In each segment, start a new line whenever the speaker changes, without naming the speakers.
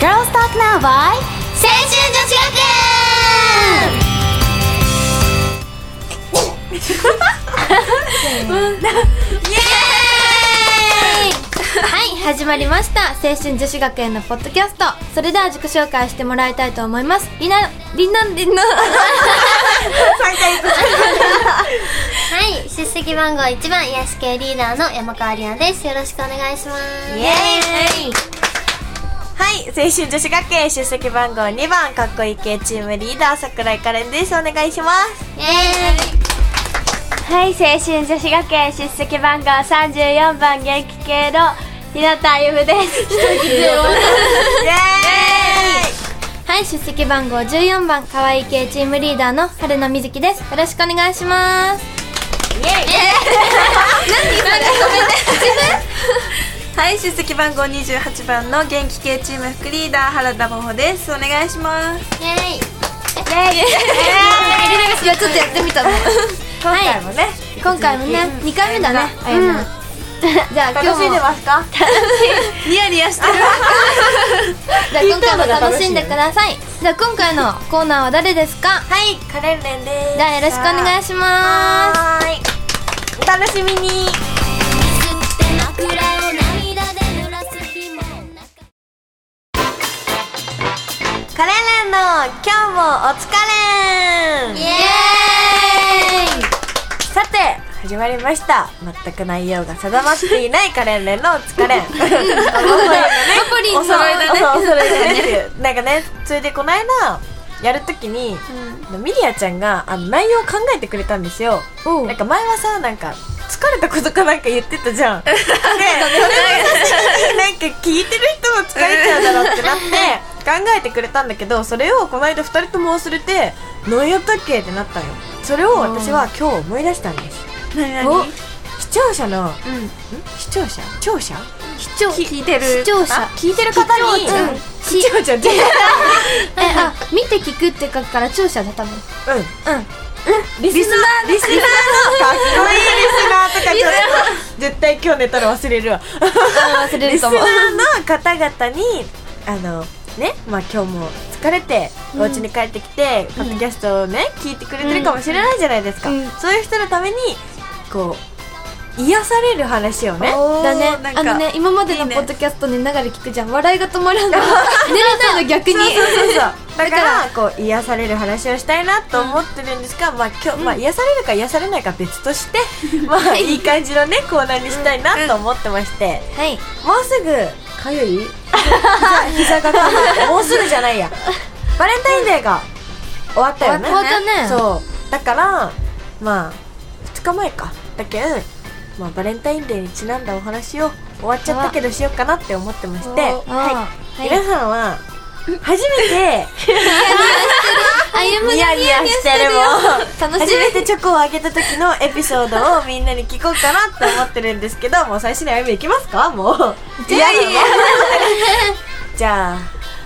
Girls Talk Now by 青春女子学園イエーイはい始まりました青春女子学園のポッドキャストそれでは自己紹介してもらいたいと思いますりなりなりな
はい、出席番号1番、癒し系リーダーの山川里奈です。よろしくお願いします。
イエーイ
はい、青春女子学園出席番号2番、かっこいい系チームリーダー、桜井かれんです。お願いします。
イエ
はい、青春女子学園出席番号34番元気系の日向ゆむです。
イエーイ
はい出席番号14番可愛い系チームリーダーの春野瑞希ですよろしくお願いします
はい、出席番号28番の元気系チーム副リーダー、原田桃穂です。お願いします。
ーイイエーイ
いやちょっとやってみたの
今回もね、
今回もね2回目だねあゆのじゃあ今日
楽しん
も
でますかニヤニヤしてる。
じゃあ今回も楽しんでくださいじゃあ今回のコーナーは誰ですか
はい、かれんれんです。
じゃあよろしくお願いしま
はーい。お楽しみに。カレンレンの今日もお疲れん
すイエーイ
さて始まりました全く内容が定まっていないカレンレンのお 疲れん お揃いのね
ポリンの
お揃いだねお揃いだねっていうなんかねそれでこの間やるときに、ミリアちゃんがあの内容を考えてくれたんですよ
おう
なんか前はさなんか疲れたことかなんか言ってたじゃ んでそれをさなんか聞いてる人も疲れちゃうだろうってなって 考えてくれたんだけどそれをこの間2人とも忘れて何やったっけってなったんよそれを私は今日思い出したんです
お
視聴者の、
ん
視聴者聴者
視聴
き聞いてる
視聴者
聞いてる方に視聴 者ってうん
えあ見て聞くって書くから聴者だ多分
リスナーリスナーのかっこいいリスナーとかちょっと絶対今日寝たら忘れるわ
忘れ
リ
る
ス
か
ナー
も
の方々にあのねまあ今日も疲れてお家に帰ってきて、ポッドキャストをね聞いてくれてるかもしれないじゃないですか、
うん
そういう人のためにこう癒される話をね
だねあのね今までの
いいね
ポッドキャストに流れ聞くじゃん笑いが止まらない寝れないの逆に
そうそうそうそう
だ
だ
か
から
ら
こう癒される話をしたいなと思ってるんですが、まあ今日、まあ癒されるか癒されないか別として まあいい感じのねコーナーにしたいなと思ってまして、
はい
もうすぐかゆい膝膝がかゆいもうすぐじゃない やバレンタインデーが終わったよね
終わったね
そうだからまあ2日前かだけん、まあ、バレンタインデーにちなんだお話を終わっちゃったけどしようかなって思ってまして、
あーはい
皆さんは初めて
あゆむ
ニヤニヤしてるも
楽し
初
い
めてチョコをあげた時のエピソードをみんなに聞こうかなと思ってるんですけどもう最初にあゆみいきますかもう
いやいやいや
じゃあ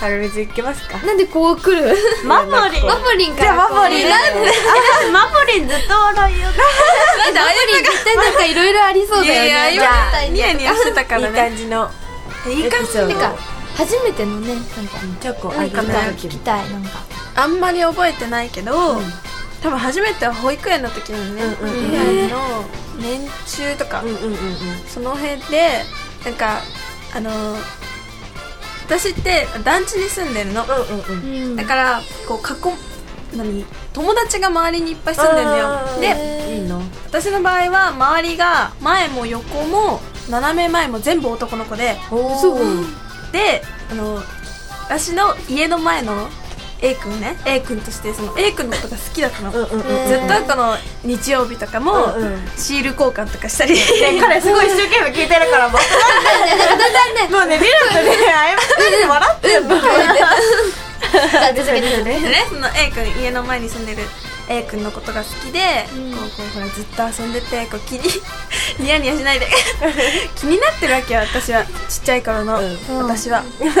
はるみずいきますか
なんでこう来る
マンモリン
マポリンか
じゃ
ら
あマンモリン
なんで
マンモリンずっと笑いよ
なんでマポリン絶対なんかいろいろありそうだよねじゃあ
ニヤニヤしてたからねいい感じのいい感じ
てか初めてのねなんか
チョコあ
なん
げ
か
た
聞
時
きたいなんか
あんまり覚えてないけど、
ん
多分初めては保育園の時にね、
うんうんうん
未来の年中とか、
うんうんうんうん
その辺でなんかあのー私って団地に住んでるの、
うんうんうん
だからこう囲ん何友達が周りにいっぱい住んでるの
あー
よで
いいの
私の場合は周りが前も横も斜め前も全部男の子で
そう
であの私の家の前の A 君ね A 君としてその A 君のことが好きだったの、
うんうんうん
ずっとこの日曜日とかも
うんうん
シール交換とかしたり、
ね彼すごい一生懸命聞いてるからもうもうねリラとねあやまって笑ってるの
じゃあ続けて
でねその A 君家の前に住んでる A 君のことが好きで、こうこうほらずっと遊んでてこう気に ニヤニヤ しないで気になってるわけよ私はちっちゃい頃の、私は。 で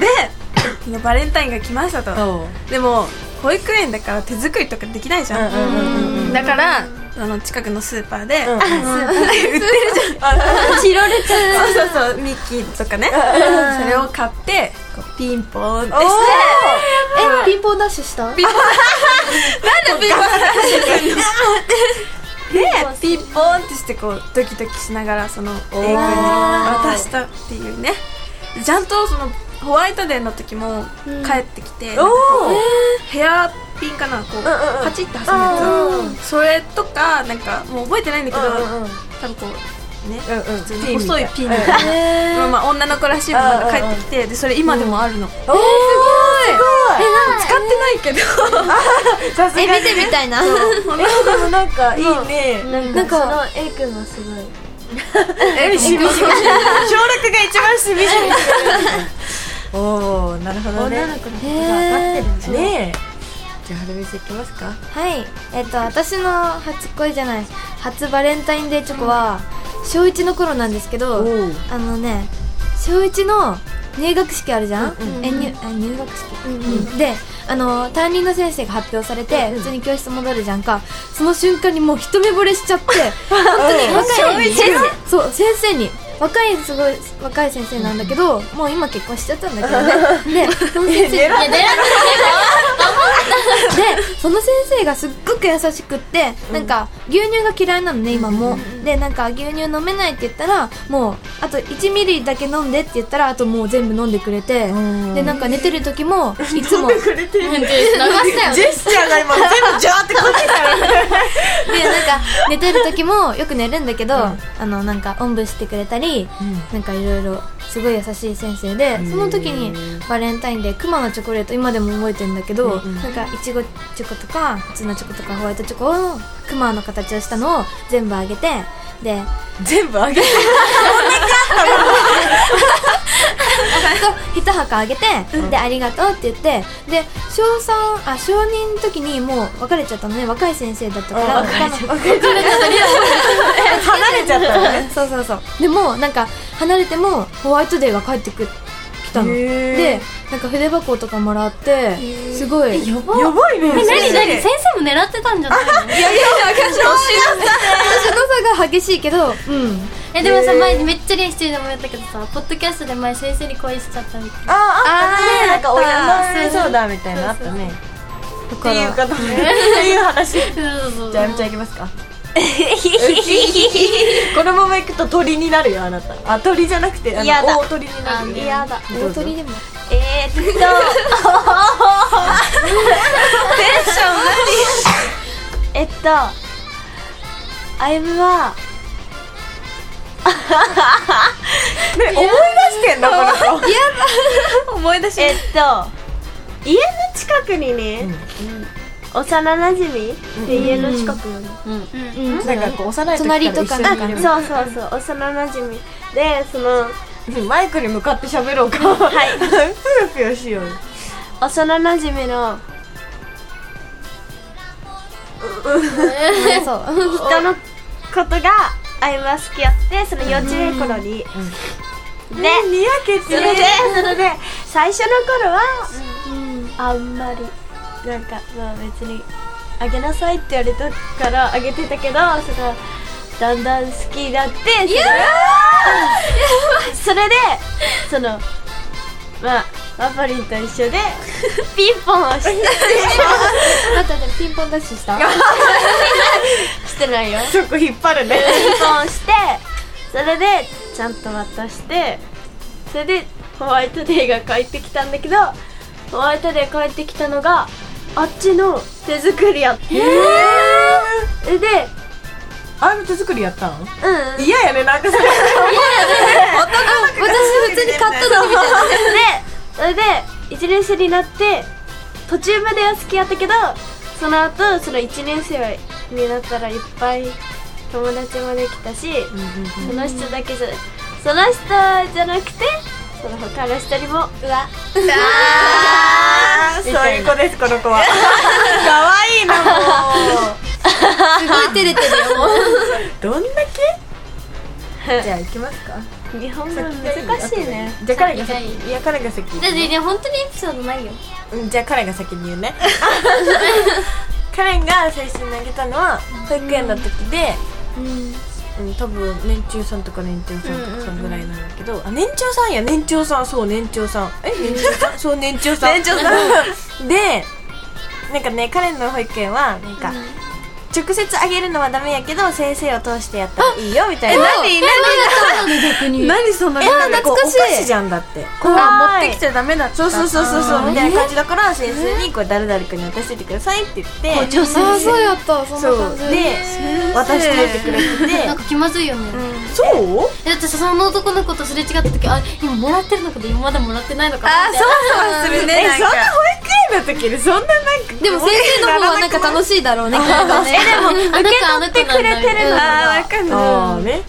でそのバレンタインが来ましたと。でも保育園だから手作りとかできないじゃん、だからあの近くのスーパーで、
うん
あスーパーで売ってるじゃんち
切られちゃう
そうそうそうミッキーとかねそれを買ってこうピンポーンってして
えピンポンダッシュしたピン
なんでピンポーンってでピンポーンってしてこうドキドキしながらその A 君に渡したっていうねちゃんとそのホワイトデーの時も帰ってきて、なんかこうヘアピンかなこう、
んうん
パチって挟むやつそれとかなんかもう覚えてないんだけど、多分こうね
うんうん
普通に細いピンみたいなまあまあ女の子らしいものが帰ってきてでそれ今でもあるの、
おー
使ってないけど
すごいさすがに
え見てみたいな
えでもなんかいいね
なんか
A 君はすごい
えしみしみ
省略が一番しみじみおおなるほどね
子の
へー
ねえじゃあはるみちゃんいきますか
はいえっと私の初恋じゃない初バレンタインデーチョコは小1の頃なんですけど
おう
あのね小1の入学式あるじゃん、え入あ入学式、であの担任の先生が発表されて、普通に教室戻るじゃんかその瞬間にもう一目惚れし ちゃって本当に若い先生そう先生に若いすごい若い先生なんだけど、もう今結婚しちゃったんだけど ねでその先生
狙っ
でその先生がすっごく優しくってなんか牛乳が嫌いなのね今もでなんか牛乳飲めないって言ったらもうあと1ミリだけ飲んでって言ったらあともう全部飲んでくれてでなんか寝てる時 もいつも流
くれてる
したよね
ジェスチャーが今全部ジャーってこっちから
でなんか寝てる時もよく寝るんだけど、あのなんかおんぶしてくれたり、なんかいろいろすごい優しい先生で、その時にバレンタインでクマのチョコレート今でも覚えてるんだけど、なんかいちごチョコとか普通のチョコとかホワイトチョコをクマの形をしたのを全部あげてで
全部あげ て
一箱あげて、でありがとうって言ってで小3あ小2の時にもう別れちゃったのね若い先生だったから別れちゃった
離れちゃったのね
そうそうそうでもなんか離れてもホワイトデーが帰ってくきたの
へー
でなんか筆箱とかもらってすごい
やば
やばいね
え、なになに先生も狙ってたんじゃないの
私の差が激しいけどうん
え、でもさ、前めっちゃ練習でもやったけどさ、ポッドキャストで前先生に恋しちゃったみたいな。
あああったねなんか親のせいそうだみたいなのあったね
だ
って
か
いう
ら
ことねっていう話じ
そうそう
ゃあやみちゃんいきます かこのままいくと鳥になるよあなたあ鳥じゃなくてあの
やだ
大鳥になる
嫌だ
大鳥でも
えー、っとテンション何えっとあゆむは
ね思い出してんのこの子
思い出し
えっと家の近くにね、幼なじみで家の近くに、
なんかこう幼い時
隣とか
一緒
なんか
にいる
そうそうそう幼なじみでその
マイクに向かって喋ろうかはい ぷよぷよしようよ
幼なじみの
そう
人のことがあゆむは好きやってその幼稚園頃に、で
にやけ
そ
て
れでそれで最初の頃は、あんまりなんかまあ別にあげなさいって言われたからあげてたけどそのだんだん好きになってそれでそのまあワパリンと一緒でピンポンをし
あとでピンポンダッシュした
してないよ
そこ引っ張るね
ピンポンしてそれでちゃんと渡してそれでホワイトデーが帰ってきたんだけどホワイトデー帰ってきたのがあっちの手作りやってそれで
あれも手作りやったの
うん
嫌やねなんかそれ
私普通に買ったのに
それでそれで1年生になって途中までは好きやったけどその後その1年生になったらいっぱい友達もできたし、その人だけじゃその人じゃなくてその他の人にもうわ
そういう子ですこの子は 可愛いなもう
すごい照れてるよもう
どんだけじゃあ行きますか
日本語難しいね
じゃあ彼が
じゃあい
先いや彼が先
だってね、本当にエピソードないよ。
うんじゃあ彼が先に言 うねカレンが最初にあげたのは保育園の時で、うん、多分年中さんとか年長さんとかさんぐらいなんだけど、あ年長さんや年長さんそう年長さんえ年長さんそう年長さん年長さん でなんかね彼の保育園はなんか、直接あげるのはダメやけど先生を通してやったらいいよみたいな
何何だ逆に
何そんな
えー
なんかこう
懐かしい
お菓子じゃんだって
あ持ってきちゃダメだった
そうそうそうそう
あ
そう
ー
みたいな感じだから先生にこれ誰々君に渡しててくださいって言って
あーそうやったそんな
そう
感じ
で渡しておいてくれ
なん
てて
か気まずいよね、
そう
えだってさその男の子とすれ違った時あ今もらってるのかと今まだもらってないのかな
あ
みたい
そ
な
わそわするね
え
な
そ
ん
んな保
か
育園の時にそんななんか
でも先生の方はなんか楽しいだろうねきっとね
でも受け取ってくれてるの
あーわかん
あ
な
あ
い
ね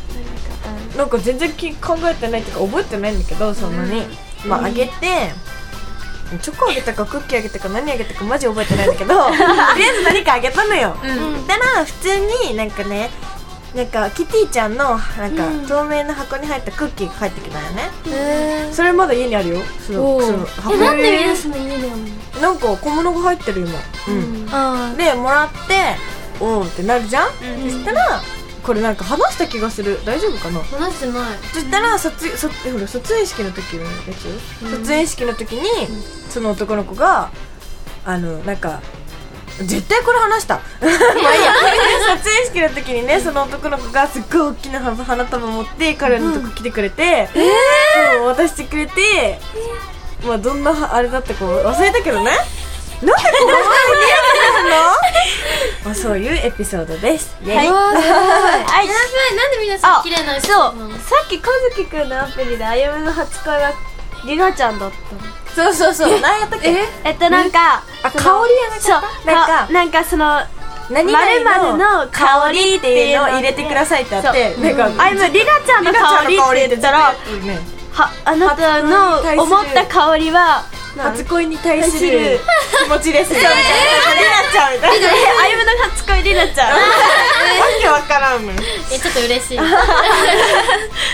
なんか全然き考えてないっていうか覚えてないんだけどそんなに、まああげてチョコあげたかクッキーあげたか何あげたかマジ覚えてないんだけどとりあえず何かあげたのよ、そしたら普通になんかねなんかキティちゃんのなんか、透明な箱に入ったクッキーが返ってきたよね、それまだ家にあるよそ
お
の
ー
その箱
え
に
なんでみんなその家でやんの
なんか小物が入ってる今、うん
あ
でもらっておーってなるじゃん、そしたらこれなんか話した気がする大丈夫かな
話してない
そしたら卒卒ほら卒園式の時のやつよ、卒園式の時に、その男の子があのなんか絶対これ話した まあいいや卒園式の時にねその男の子がすっごい大きな花束持って彼のとこ来てくれて、うん渡してくれて、まあどんなあれだったか忘れたけどねなんでここまで 見えてるのまあそういうエピソードですイエイ
ーうわーす
あやばいなんでみんなその綺麗な人
そう
なの
さっきかずきくんのアプリであゆむの初恋はりなちゃんだった
そうそうそう何やったっけ
えっとなんか
あ
その
香りやなかった
そ
な
う
ん
か
か
なんかその
何
〇
々
〇の香りっ
っててい
いうう
の
の
を
を
入れてくださいってあって、
そう
なんか、
あゆむりなちゃんの香りって言ったらはあなたの思った香り は
初恋に対す
す
る
る
気持ちです みたいなりなちゃんみたいなわ
あゆむの初恋りなちゃん
けわからんもん
えちょっと嬉しい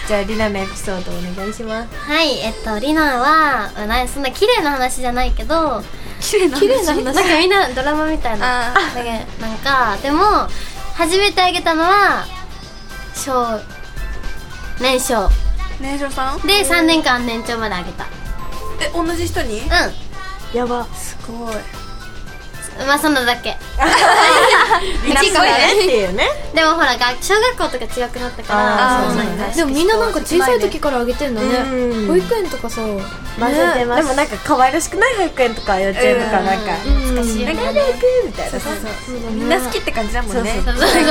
じゃありなのエピソードお願いします
はいえっとりなはなそんな綺麗な話じゃないけど
綺麗な話
なんかみんなドラマみたいな
あ
なんかなんかでも初めてあげたのは小年少
ー年少さん
で3年間年長まであげた
え同じ人に
う
やば
すごい
んまあそんなだけ
りな
すごいね
っていうね
でもほらが小学校とか違くなったから
あー
そうなん
そうだ
だ
ね
でもみんななんか小さい時からあげてんだ
うん
ね保育園とかさ
混ぜて
でも
ます
なんか可愛らしくない保育園とか幼稚園とかなんか
懐かしい
流れ行くみたいなそうそう
みんな好きって感じだもん ね
そうそうそう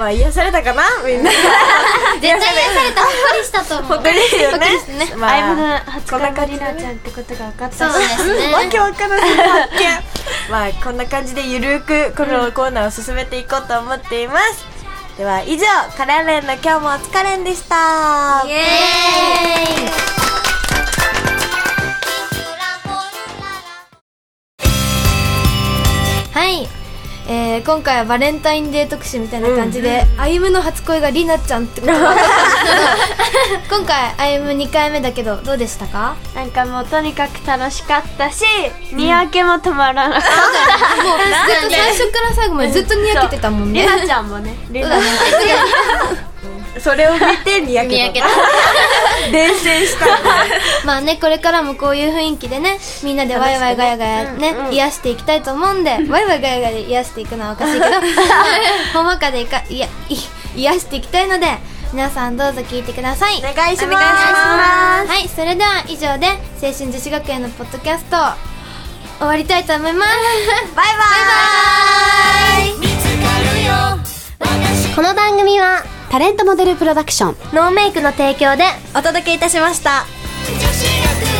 まあ癒されたかなみんな
絶対癒されたほっこりしたと 思う
ですよねま
あゆむの
あ
初恋はりなちゃんってことが分かった
そうですね
わけわからない発見 まあこんな感じでゆるーくこのコーナーを進めていこうと思っています、では以上「カラレンの今日もお疲れん」でした
イエーイはい
えー今回はバレンタインデー特集みたいな感じで、あゆむの初恋がりなちゃんってこと だったんですけど今回あゆむ2回目だけどどうでしたか
なんかもうとにかく楽しかったしにやけも止まらなかっ
もうずっと最初から最後までずっとにやけてたもん
た
ね
りなちゃんもねりな
それを見てにや
見
け
上げ
と
た
伝染した
まあねこれからもこういう雰囲気でねみんなでワイワイガヤガヤね癒していきたいと思うんでワイワイガヤガヤで癒していくのはおかしいけ どほんわかでいかいやい癒していきたいので皆さんどうぞ聞いてください
お願いします
はいそれでは以上で青春女子学園のポッドキャスト終わりたいと思いますバイバイ
この番組はタレントモデルプロダクションノーメイクの提供で
お届けいたしました
女子学園